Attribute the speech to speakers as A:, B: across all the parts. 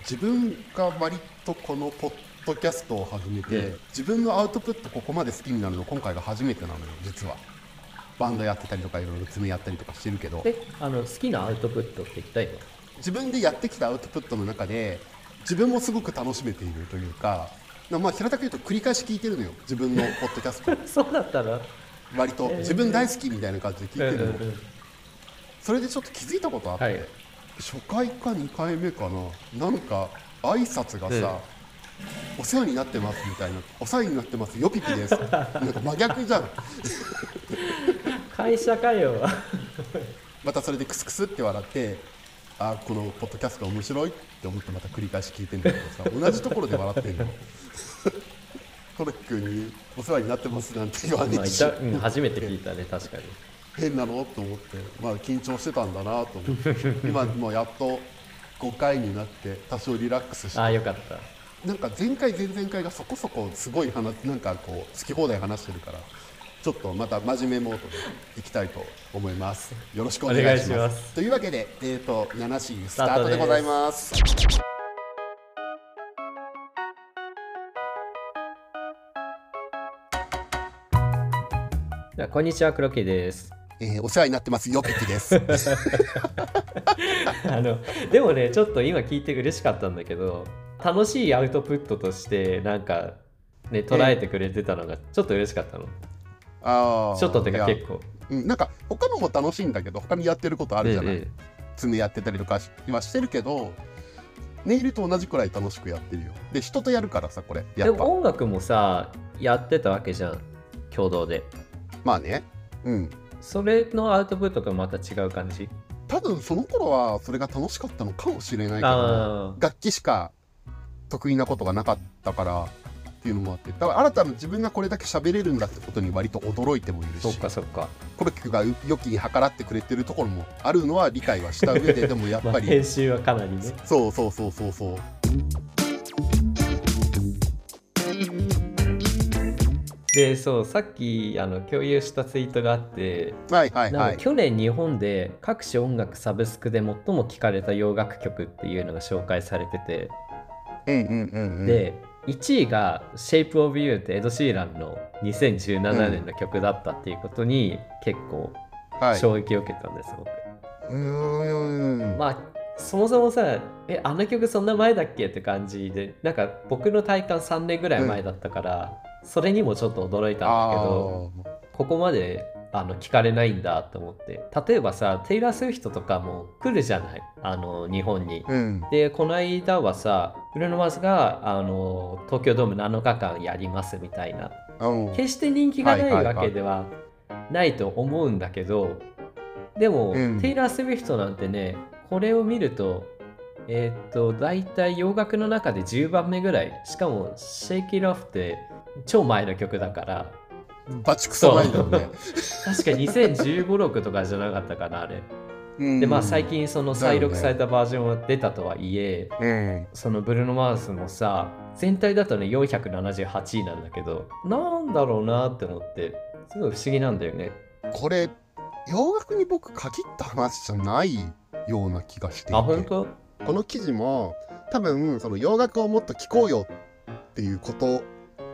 A: 自分が割とこのポッドキャストを始めて、自分のアウトプットここまで好きになるの今回が初めてなのよ実はバンドやってたりとかいろいろ爪やったりとかしてるけど
B: えあの好きなアウトプットって言った今
A: 自分でやってきたアウトプットの中で自分もすごく楽しめているというかなまあ平たく言うと繰り返し聞いてるのよ自分のポッドキャストを
B: そうだったら
A: 割と自分大好きみたいな感じで聞いてるの、
B: うんうんうん
A: それでちょっと気づいたことあって、
B: はい
A: 初回か2回目かななんか挨拶がさ、お世話になってますみたいなお世話になってますよぴぴ ですなんか真逆じゃん
B: 会社か よ
A: またそれでクスクスって笑ってあーこのポッドキャスト面白いって思ってまた繰り返し聞いてんだけどさ同じところで笑 ってんのトレックに「お世話になってます」なんて言わ
B: ま
A: ね
B: あ
A: え
B: い
A: した
B: うん初めて聞いたね確かに
A: 変なのと思って、まあ、緊張してたんだなと思って今もうやっと5回になって多少リラックスして
B: ああよかった
A: なんか前回前々回がそこそこすごい話なんかこう好き放題話してるからちょっとまた真面目モードでいきたいと思いますよろしくお願いします
B: お願いします
A: というわけでデート7シーンス
B: タ
A: タ
B: ー
A: ー
B: ト
A: ト
B: で
A: ですございます
B: じゃあこんにちは黒木です
A: えーお世話になってますよぴきです
B: あのでもねちょっと今聞いて嬉しかったんだけど楽しいアウトプットとしてなんかね捉えてくれてたのがちょっと嬉しかったの、
A: あー
B: ちょっとて
A: い
B: か
A: や
B: 結構
A: うん、なんか他のも楽しいんだけど他にやってることあ
B: あ
A: るじゃない、爪やってたりとかはしてるけどネイルと同じくらい楽しくやってるよで人とやるからさこれや
B: で
A: っぱ
B: も音楽もさやってたわけじゃん共同で
A: まあねうん
B: それのアウトプットとまた違う感じ
A: 多分その頃はそれが楽しかったのかもしれないけど
B: ああ
A: 楽器しか得意なことがなかったからっていうのもあってだから新たな自分がこれだけ喋れるんだってことに割と驚いてもいる
B: そっ
A: し
B: かそっか、
A: コロキ君が良きに計らってくれてるところもあるのは理解はした上ででもやっ
B: ま
A: ぱ
B: あ、
A: り
B: 編集はかなりね
A: そうそうそうそうそう
B: でそうさっきあの共有したツイートがあって
A: はいはい
B: な
A: は
B: んか
A: い
B: 去年日本で各種音楽サブスクで最も聴かれた洋楽曲っていうのが紹介されてて、
A: うんうんうんうん
B: で1位が「Shape of You」ってエド・シーランの2017年の曲だったっていうことに結構
A: はい、う
B: 衝撃を受けたんです、僕。
A: ーん
B: まあそもそもさ「えあの曲そんな前だっけ?」って感じでなんか僕の体感3年ぐらい前だったから、それにもちょっと驚いたんだけど
A: あー
B: ここまであの聞かれないんだと思って例えばさテイラー・スウィフトとかも来るじゃないあの日本に。
A: うん
B: でこの間はさブルーノ・マーズがあの東京ドーム7日間やりますみたいな
A: あの
B: 決して人気がない
A: はいはいはい
B: わけではないと思うんだけど、でも、
A: うん
B: テイラー・スウィフトなんてねこれを見るとえーっと大体洋楽の中で10番目ぐらいしかも「Shake It Off」って超前の曲だから
A: バチクソないよね
B: 確か2015 6とかじゃなかったかなあれ
A: うん
B: でまあ最近その再録
A: だよね
B: されたバージョンは出たとはいえ、
A: うん
B: そのブルーノ・マーズもさ全体だとね478位なんだけどなんだろうなって思ってすごい不思議なんだよね
A: これ洋楽に僕限った話じゃないような気がしていて
B: あ本当
A: この記事も多分その洋楽をもっと聴こうよっていうこと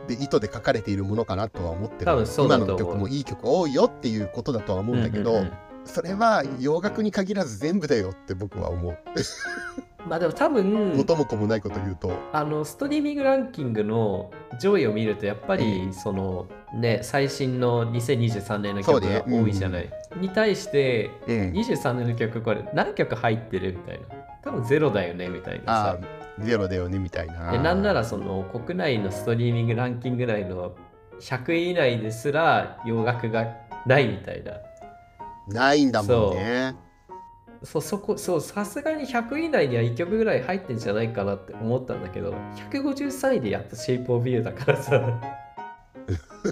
A: で意図で書かれているものかなとは思ってる
B: 多分そうだ
A: 今
B: と思う
A: の曲もいい曲多いよっていうことだとは思うんだけど、
B: うんうんうん
A: それは洋楽に限らず全部だよって僕は思う、
B: まあでも多分
A: 元も子もないこと言うと
B: あのストリーミングランキングの上位を見るとやっぱりそのね最新の2023年の曲
A: そうね
B: が多いじゃない、に対して
A: うん
B: 23年の曲これ何曲入ってるみたいな多分ゼロだよねみたいな
A: あ
B: さ
A: あゼロだよねみたいな
B: でなんならその国内のストリーミングランキング内の100位以内ですら洋楽がないみたいな
A: ないんだもんね
B: そうそこそうさすがに100位以内には1曲ぐらい入ってんじゃないかなって思ったんだけど153位でやった「Shape of You」だからさ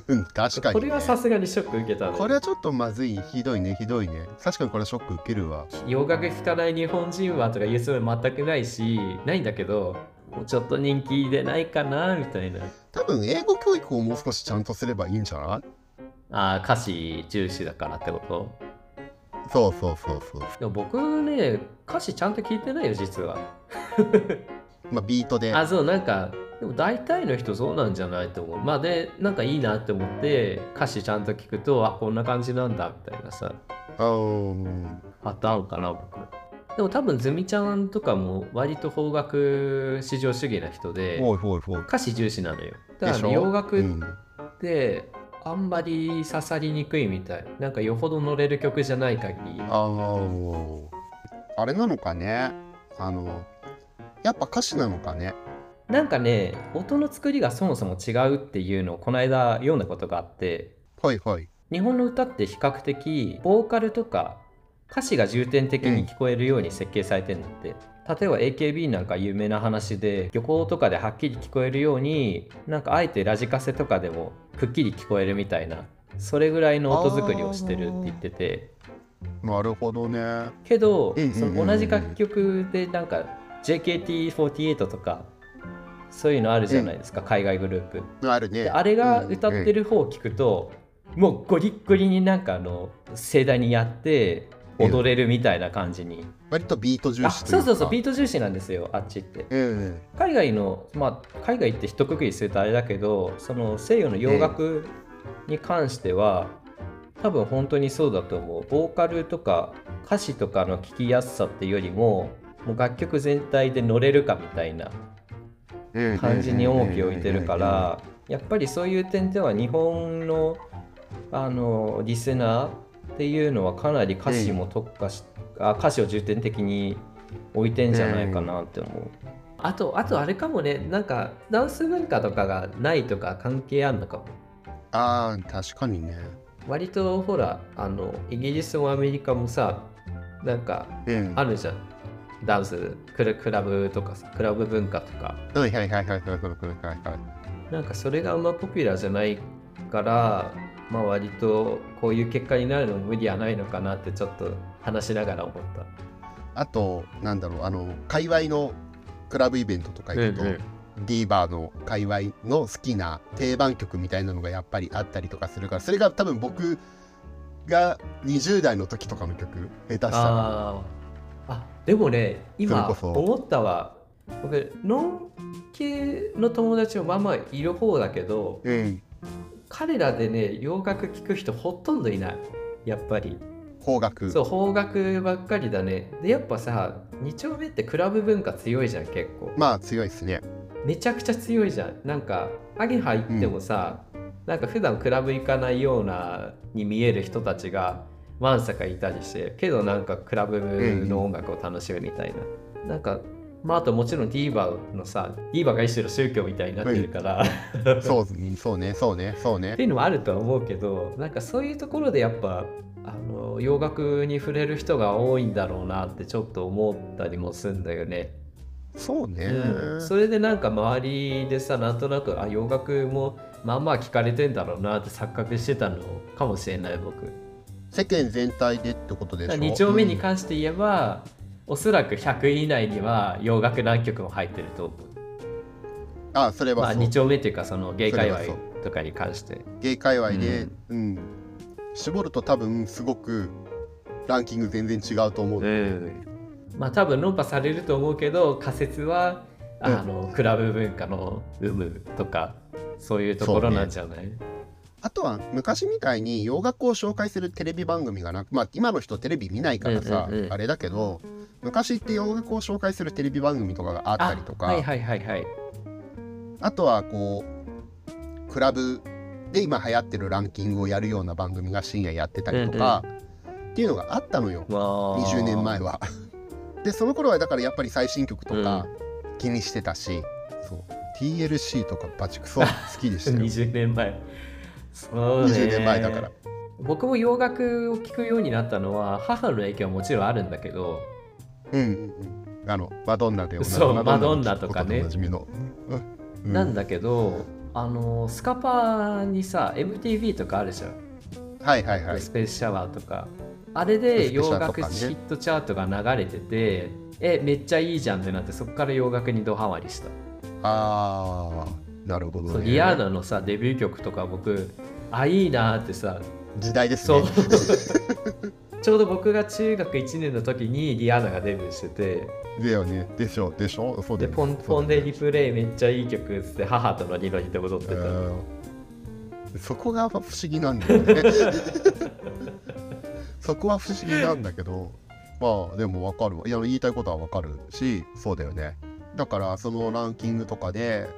A: うん 確かに、ね、
B: これはさすがにショック受けたね
A: これはちょっとまずいひどいねひどいね確かにこれはショック受けるわ
B: 洋楽聴かない日本人はとか言うつもり全くないしないんだけどもうちょっと人気出ないかなみたいな
A: 多分英語教育をもう少しちゃんとすればいいんじゃない
B: あー歌詞重視だからってこと
A: そうそうそうそう
B: でも僕ね歌詞ちゃんと聞いてないよ実は
A: まあ、ビートで
B: あそうなんかでも大体の人そうなんじゃないと思うまあでなんかいいなって思って歌詞ちゃんと聞くとあこんな感じなんだみたいなさ
A: あうん
B: パターンかな僕でも多分ズミちゃんとかも割と邦楽至上主義な人で
A: ほいほいほい
B: 歌詞重視なのよだ
A: で
B: か
A: し
B: ら
A: ょ
B: 洋楽
A: うん
B: ってあんまり刺さりにくいみたいなんかよほど乗れる曲じゃない限り
A: あのあれなのかねあのやっぱ歌詞なのかね
B: なんかね音の作りがそもそも違うっていうのをこの間読んだことがあって
A: はいはい
B: 日本の歌って比較的ボーカルとか歌詞が重点的に聞こえるように設計されてるんだって、例えば AKB なんか有名な話で漁港とかではっきり聞こえるようになんかあえてラジカセとかでもくっきり聞こえるみたいなそれぐらいの音作りをしてるって言ってて
A: なるほどねあ
B: けど、
A: うんうんうん
B: その同じ楽曲でなんか JKT48 とかそういうのあるじゃないですか、海外グループ。
A: るね
B: であれが歌って
A: る
B: る方を聞くと、もうゴリッゴリになんかあの盛大にやって踊れるみたいな感じに、
A: 割とビート重
B: あ
A: 視という
B: そうそうそうビ
A: ー
B: ート重視なんですよあっちって
A: トうん
B: 海外のまあ海外って一括りするとあれだけどその西洋の洋楽に関しては、多分本当にそうだと思うボーカルとか歌詞とかの聞きやすさっていうよりももう楽曲全体で乗れるかみたいな
A: うん
B: 感じに重きを置いてるからやっぱりそういう点では日本のあのリスナーっていうのはかなり歌詞も特化し、あ歌詞を重点的に置いてんじゃないかなって思う。あとあとあれかもねなんかダンス文化とかがないとか関係あんのかも
A: あー確かにね
B: 割とほらあのイギリスもアメリカもさなんか
A: うん
B: あるじゃんダンスクラクラブとかさクラブ文化とか
A: はいはいはいはいはいはいはいはい
B: なんかそれがあんまポピュラーじゃないから、まあ、割とこういう結果になるのも無理はないのかなってちょっと話しながら思った。
A: あとなんだろうあの界隈のクラブイベントとか行くと、ディーバーの界隈の好きな定番曲みたいなのがやっぱりあったりとかするからそれが多分僕が20代の時とかの曲下手したら
B: あーあでもね今
A: それこそ
B: 思ったわ僕ノン系の友達もまあまあいる方だけど
A: うん
B: 彼らでね洋楽聴く人ほとんどいないやっぱり
A: 邦楽
B: そう邦楽ばっかりだねでやっぱさ2丁目ってクラブ文化強いじゃん結構
A: まあ強いです ね
B: めちゃくちゃ強いじゃんなんかアゲハ行ってもさ、なんか普段クラブ行かないようなに見える人たちがわんさかいたりしてけどなんかクラブの音楽を楽しむみたいな、なんかまああともちろんディーバのさディーバが一種の宗教みたいになってるから、っ
A: そうそうねそうねそうね
B: ていうのもあるとは思うけどなんかそういうところでやっぱあの洋楽に触れる人が多いんだろうなってちょっと思ったりもするんだよね。
A: そうね、
B: うんそれでなんか周りでさなんとなくあ洋楽もまあまあ聞かれてんだろうなって錯覚してたのかもしれない僕
A: 世間全体でってことでしょ
B: 2丁目に関して言えば、おそらく100位以内には洋楽何曲も入ってると思う
A: うんあそれ
B: まあ
A: はそう、
B: 2丁目っていうかそのゲイ界
A: それは
B: 隈とかに関して
A: ゲイ界隈でうん、絞ると多分すごくランキング全然違うと思う、
B: まあ多分論破されると思うけど仮説はあ
A: うん
B: の、クラブ文化の有無とかそういうところなんじゃない、
A: あとは昔みたいに洋楽を紹介するテレビ番組がなくまあ今の人テレビ見ないからさ、
B: うんうんうん
A: あれだけど昔って洋楽を紹介するテレビ番組とかがあったりとかあ,、
B: はいはいはいはい
A: とはこうクラブで今流行ってるランキングをやるような番組が深夜やってたりとか、っていうのがあったのよ
B: まあ
A: 20年前は。でその頃はだからやっぱり最新曲とか気にしてたし、そう TLC とかバチクソ好きでした よ
B: 20年前そうね
A: 20年前だから。
B: 僕も洋楽を聴くようになったのは母の影響はもちろんあるんだけど
A: うんうんうん、あのマドンナでおなじみ
B: そう
A: の
B: マドンナとかね
A: おなじみの、う
B: なんだけどあのスカパーにさ MTV とかあるじゃん、
A: はいはいはい
B: スペースシャワーとかあれ
A: ス
B: で
A: ペシャ
B: 洋
A: ルとかね
B: 楽ヒットチャートが流れててえめっちゃいいじゃんってなってそこから洋楽にドハマりした、
A: ああなるほ
B: そ
A: ど
B: う
A: ね
B: リアーナのさデビュー曲とか僕あいいなーってさ
A: 時代です
B: そう。
A: ね
B: ちょうど僕が中学1年の時にリアーナがデビューしてて
A: だよね。でしょ、でしょ、そうだ
B: で
A: よね。
B: ポンポンで
A: そうだよね
B: リプレイめっちゃいい曲っつって母との二の日で踊ってた、
A: うんそこが不思議なんだよ ね。そこは不思議なんだけど、まあでもわかるわ。いや言いたいことはわかるし、そうだよね。だからそのランキングとかで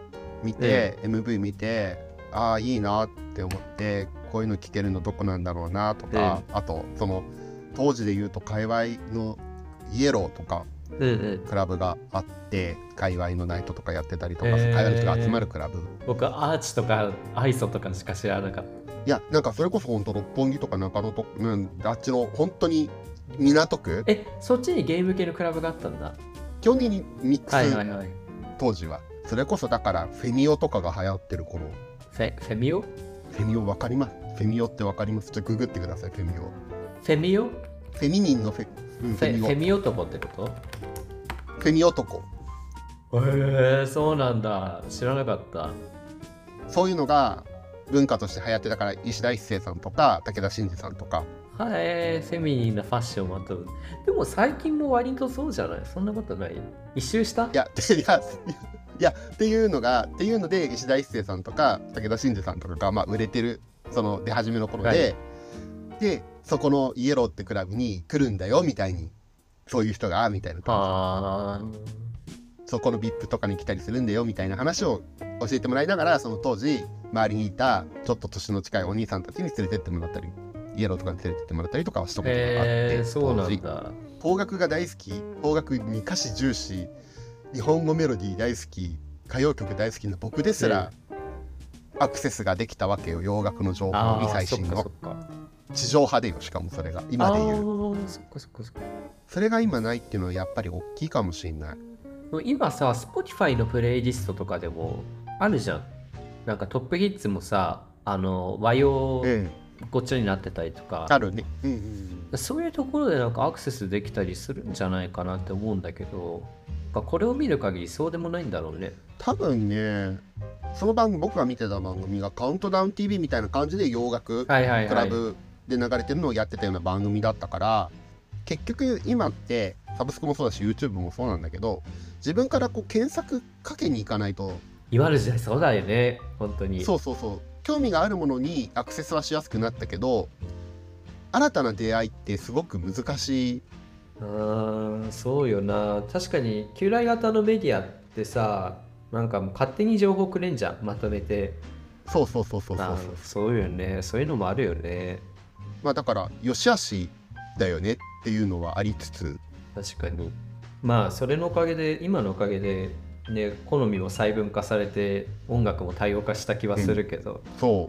A: 見て、MV 見て、ああいいなって思って、こういうの聞けるのどこなんだろうなとか、あとその当時で言うと界隈のイエローとか
B: うんうん、
A: クラブがあって、界隈のナイトとかやってたりとか、
B: へー
A: 界隈の人が集まるクラブ。
B: 僕アーチとかアイソとかしか知らなかっ
A: いやなんかそれこそ本当六本木とか中野とか、うん、あっちの本当に港区
B: たえそっちにゲーム系のクラブがあったんだ
A: 基本的にミックス、
B: はいはいはい
A: 当時はそれこそだからフェミオとかが流行ってる頃
B: フェフェミオフ
A: フェミオわかりますフェミオってわかりますちょっとググってくださいフェミオ
B: ェミオ
A: フェミニンのフェ,、うん、
B: フ
A: フェ
B: ェ
A: ミオ
B: フェミ男ってこ
A: フェミ男
B: とへえそうなんだ知らなかった
A: そういうのが文化として流行ってたから石田一生さんとか武田真治さんとか
B: はい、フェミニンなファッションをまとう。でも最近も割とそうじゃないそんなことない一周した
A: いや でいやいやっていうのがっていうので石田一生さんとか武田真治さんとかが、まあ、売れてるその出始めの頃で、でそこのイエローってクラブに来るんだよみたいにそういう人がみたいな感
B: あー
A: じそこの VIP とかに来たりするんだよみたいな話を教えてもらいながらその当時周りにいたちょっと年の近いお兄さんたちに連れてってもらったりイエローとかに連れてってもらったりとかはしたことがあって、
B: へえそうな
A: 当時
B: んだ。
A: 邦楽が大好き邦楽に歌詞重視日本語メロディー大好き歌謡曲大好きな僕ですら、アクセスができたわけよ洋楽の情報
B: あ
A: に
B: あー、
A: 最
B: そっ
A: 新
B: かそ
A: の
B: っか。
A: 地上波でよしかもそれが今
B: ああ
A: で言う
B: ー、そっかそっかそっか。
A: それが今ないっていうのはやっぱり大きいかもしれない
B: でも今さ、Spotify のプレイリストとかでもあるじゃん。なんかトップヒッツもさ、あの和洋
A: うん
B: ごっちゃになってたりとか、
A: あるねうんうんうん
B: そういうところでなんかアクセスできたりするんじゃないかなって思うんだけど、なんかこれを見る限りそうでもないんだろうね。
A: 多分ねその番組僕が見てた番組が「カウントダウン TV」みたいな感じで洋楽
B: はいはいはい。
A: クラブで流れてるのをやってたような番組だったから結局今ってサブスクもそうだし YouTube もそうなんだけど自分からこう検索かけに行かないと
B: 今の時代そうだよね本当に
A: そうそうそう興味があるものにアクセスはしやすくなったけど新たな出会いってすごく難しい。
B: うーんそうよな確かに旧来型のメディアってさなんかもう勝手に情報くれんじゃんまとめて
A: そうそうそうそうそう
B: あーそうよねそういうのもあるよね
A: まあだから良し悪しだよねっていうのはありつつ
B: 確かにまあそれのおかげで今のおかげでね好みも細分化されて音楽も多様化した気はするけど
A: そ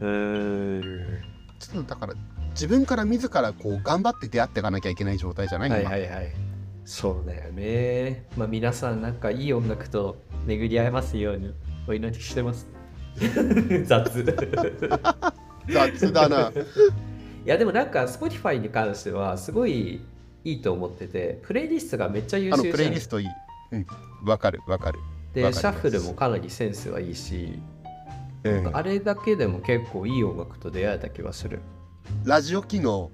A: う
B: うーん
A: ちょっとだから自分から自らこう頑張って出会っていかなきゃいけない状態じゃない、
B: はい
A: 今
B: はいはいそうだよねまあ皆さんなんかいい音楽と巡り合えますようにお祈りしてます 雑
A: 雑だ な
B: いやでもなんか Spotify に関してはすごいいいと思っててプレイリストがめっちゃ優
A: あの
B: 秀
A: プ
B: じ
A: レ
B: ゃ
A: イ
B: ん
A: リストいい。うん、わかるわかる。わかりま
B: ですシャッフルもかなりセンスはいいし、
A: うん、
B: あれだけでも結構いい音楽と出会えた気はする
A: ラジオ機能。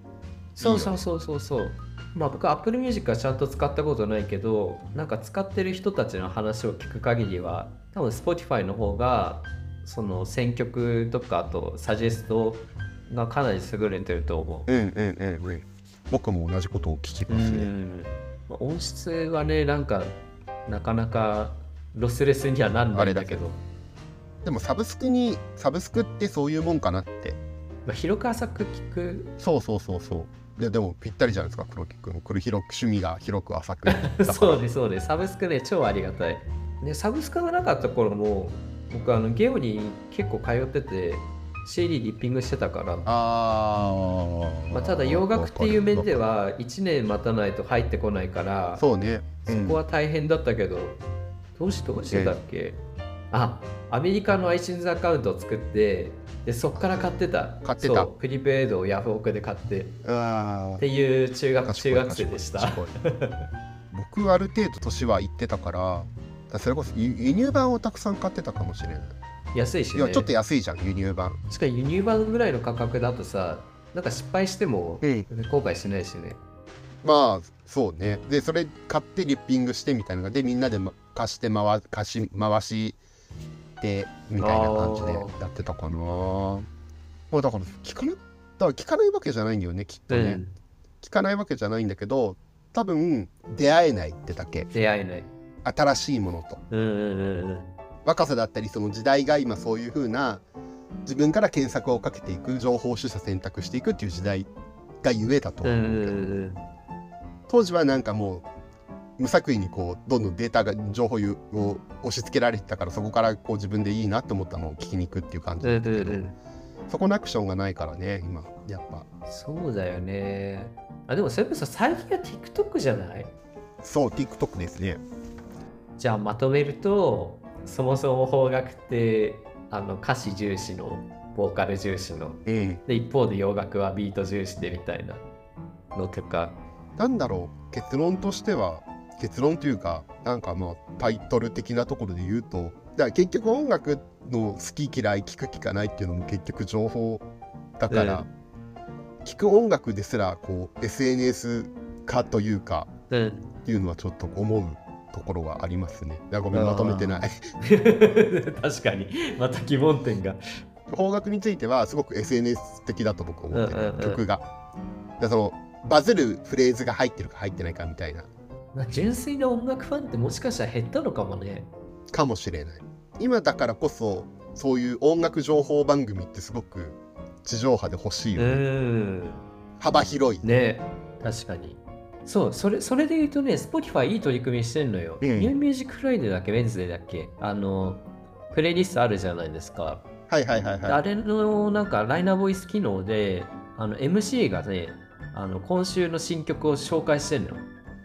B: そうそうそうそうそうまあ僕 Apple Music はちゃんと使ったことないけどなんか使ってる人たちの話を聞く限りは多分 Spotify の方がその選曲とかあとサジェストがかなり優れてると思う
A: うんうんうんうん。僕も同じことを聞き
B: う
A: ますね。
B: んまあ音質はねなんかなかなかロスレスにはなんないんだけど、
A: でもサブスクにサブスクってそういうもんかなって。
B: まあ、広く浅く聞く
A: そうそうそうそう。ででもぴったりじゃないですか黒木君。これ広く趣味が広く浅く。だから
B: そうねそうねサブスクね超ありがたいでサブスクがなかった頃も僕あのゲオに結構通ってて CD リッピングしてたから
A: あー
B: まあ、ただ洋楽っていう面では1年待たないと入ってこないから
A: そうね。
B: そこは大変だったけど、どうしどうしてたっけ、あアメリカの iTunes アカウントを作ってでそこから買ってた
A: 買ってた
B: そうプリペイドをヤフオクで買ってっ
A: うん、ああ。
B: ていう中学
A: 賢い
B: 中学生でした
A: 賢い賢い僕ある程度年は行ってたからだからそれこそ輸輸入版をたくさん買ってたかもしれない
B: 安いし
A: い
B: ね
A: やちょっと安いじゃん輸入版
B: しかも輸入版ぐらいの価格だとさなんか失敗しても
A: うん
B: 後悔しないしね。
A: まあそうねでそれ買ってリッピングしてみたいなのがでみんなでま貸して回貸し回してみたいな感じでやってたかなもうだから聞かなだから聞かないわけじゃないんだよねきっとね、
B: うん
A: 聞かないわけじゃないんだけど多分出会えないってだけ
B: 出会えない。
A: 新しいものと
B: うんうんうんうん。
A: 若さだったりその時代が今そういう風な自分から検索をかけていく情報取捨選択していくっていう時代がゆえだと
B: う
A: 思
B: ん
A: う
B: うん
A: だけど、
B: ん
A: 当時はなんかもう無作為にこうどんどんデータが情報を押し付けられてたからそこからこう自分でいいなと思ったのを聞きに行くっていう感じ
B: うんう
A: だっ
B: ん
A: たけ
B: うん
A: ど、
B: うん。
A: そこのアクションがないからね今やっぱ
B: そうだよね。あでもそれこそ最近は TikTok じゃない
A: そう TikTok ですね
B: じゃあまとめるとそもそも邦楽ってあの歌詞重視のボーカル重視の
A: うん
B: で一方で洋楽はビート重視でみたいなのとか
A: なんだろう結論としては結論というかなんかまあタイトル的なところで言うとだから結局音楽の好き嫌い聞く聞かないっていうのも結局情報だから、聞く音楽ですらこう SNS 化というか
B: うん
A: っていうのはちょっと思うところはありますね。いやごめん
B: あー
A: まとめてない。
B: 確かにまた疑問点が
A: 邦楽についてはすごく SNS 的だと僕は思ってる、
B: うんうんうん
A: 曲が。だからそのバズるフレーズが入ってるか入ってないかみたいな
B: まあ純粋な音楽ファンってもしかしたら減ったのかもね
A: かもしれない。今だからこそそういう音楽情報番組ってすごく地上波で欲しいよね、
B: ん
A: 幅広い。
B: ね確かにそうそれそれで言うとね Spotify いい取り組みしてんのよ、
A: うん
B: New Music Friday だっけウェンズデーだっけあのプレイリストあるじゃないですか、
A: はいはいはい
B: あ
A: は
B: れのなんかライナーボイス機能であの MC がねあの今週の新曲を紹介してるの
A: い。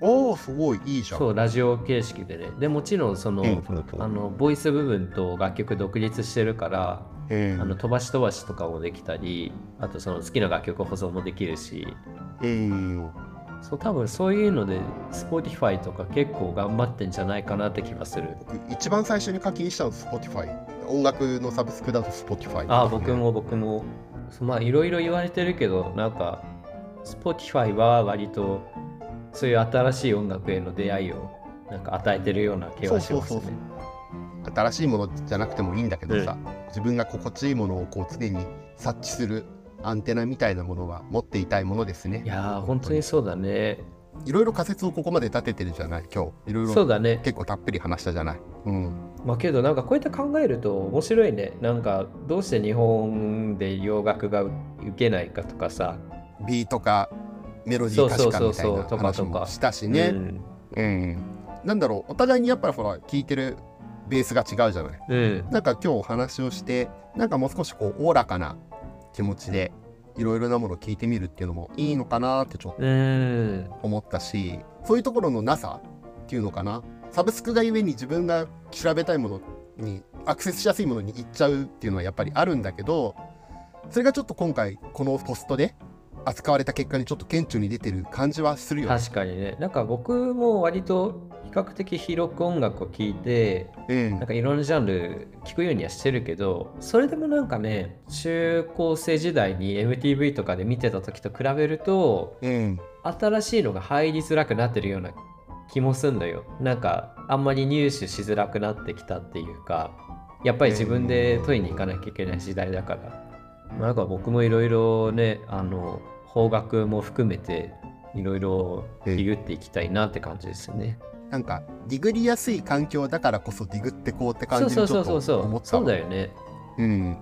A: おおすごいいいじゃん。
B: そうラジオ形式でねでもちろんその,、
A: うんそうそう
B: あのボイス部分と楽曲独立してるから
A: うん
B: あの飛ばし飛ばしとかもできたりあとその好きな楽曲保存もできるし
A: うん
B: そう多分そういうので Spotify とか結構頑張ってんじゃないかなって気がする
A: 僕一番最初に課金したの Spotify。音楽のサブスクだと Spotify、
B: ああ僕。も僕もそうまあいろいろ言われてるけどなんか Spotify は割とそういう新しい音楽への出会いをなんか与えてるような気はします
A: そうそうそう
B: ね。
A: 新しいものじゃなくてもいいんだけどさ、自分が心地いいものをこう常に察知するアンテナみたいなものは持っていたいものですね
B: いやー本当にそうだね。
A: いろいろ仮説をここまで立ててるじゃない今日いろい
B: そう
A: ろ
B: だね。
A: 結構たっぷり話したじゃない、うん、
B: まあけどなんかこうやって考えると面白いね。なんかどうして日本で洋楽が受けないかとかさ。
A: ビートかメロディー
B: そ
A: 確
B: う
A: か
B: そう
A: み
B: そ
A: たいう
B: そ
A: な話
B: うとかと
A: も
B: か
A: したしね、
B: うん。
A: うんなんだろうお互いにやっぱりほら聞いてるベースが違うじゃない
B: うん。
A: なんか今日お話をしてなんかもう少しこうおおらかな気持ちでいろいろなものを聞いてみるっていうのもいいのかなってちょっと
B: うん。
A: 思ったしそういうところのなさっていうのかなサブスクがゆえに自分が調べたいものにアクセスしやすいものに行っちゃうっていうのはやっぱりあるんだけどそれがちょっと今回このポストで扱われた結果にちょっと顕著に出てる感じはするよね。
B: 確かにね。なんか僕も割と比較的広く音楽を聴いて
A: うん
B: なんかいろんなジャンル聞くようにはしてるけどそれでもなんかね中高生時代に MTV とかで見てた時と比べると
A: うん
B: 新しいのが入りづらくなってるような気もすんのよなんかあんまり入手しづらくなってきたっていうかやっぱり自分で問いに行かなきゃいけない時代だから、まあなんか僕もいろいろねあの方角も含めていろいろディグっていきたいなって感じですね。
A: なんかディグりやすい環境だからこそディグってこうって
B: そ
A: 感
B: う
A: じ
B: そう
A: にち
B: そ
A: ょ
B: う
A: っ
B: そう
A: と
B: そ
A: 思
B: う
A: った
B: そう
A: わ
B: だよね。
A: うん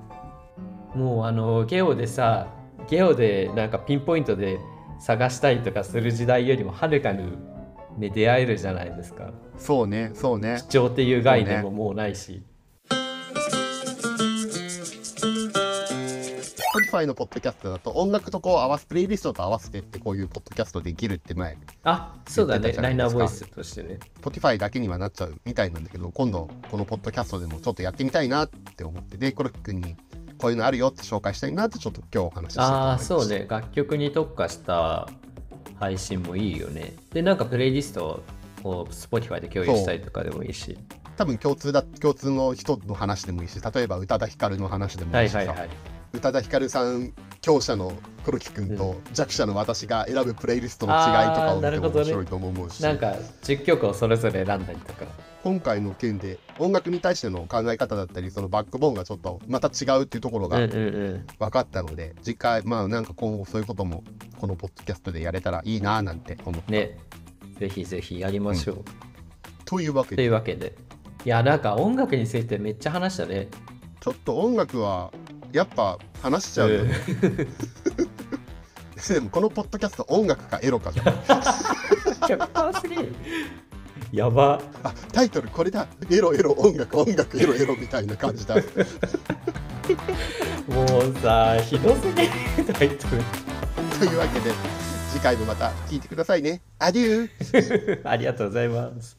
B: もうあのゲオでさゲオでなんかピンポイントで探したりとかする時代よりもはるかに、ね、出会えるじゃないですか
A: そうねそうね
B: 貴重っていう概念ももうないし、
A: Spotify のポッドキャストだと音楽とこう合わせプレイリストと合わせてってこういうポッドキャストできるって前
B: あそうだ
A: 言
B: ね
A: ってたじゃ
B: ラ
A: ない
B: イ
A: で
B: ナ
A: す
B: ー
A: か
B: ボイスとしてね
A: Spotify だけにはなっちゃうみたいなんだけど今度このポッドキャストでもちょっとやってみたいなって思ってでコロッ君にこういうのあるよって紹介したいなってちょっと今日お話しして
B: ああそうね楽曲に特化した配信もいいよねでなんかプレイリストを Spotify で共有したりとかでもいいし
A: 多分共通だ共通の人の話でもいいし例えば宇多田ヒカルの話でも
B: はい
A: い
B: い
A: しさ、
B: はいはい
A: 宇多田ヒカルさん強者の黒木君と弱者の私が選ぶプレイリストの違いとかを見ても面白いとも思うし、
B: なんか10曲をそれぞれ選んだりとか
A: 今回の件で音楽に対しての考え方だったりそのバックボーンがちょっとまた違うっていうところ
B: うんう
A: が
B: んうん
A: 分かったので、次回まあなんか今後そういうこともこのポッドキャストでやれたらいいなぁなんて思って、
B: ねぜひぜひやりましょう、
A: というわけ
B: と
A: で
B: いうわけでいやなんか音楽についてめっちゃ話したね
A: ちょっと音楽はやっぱ話しちゃうよね、でもこのポッドキャスト音楽かエロかじゃん
B: やば
A: あタイトルこれだエロエロ音楽音楽エロエロみたいな感じだ
B: もうさひどすぎるタイト
A: というわけで次回もまた聞いてくださいね。アデュー
B: ルありがとうございます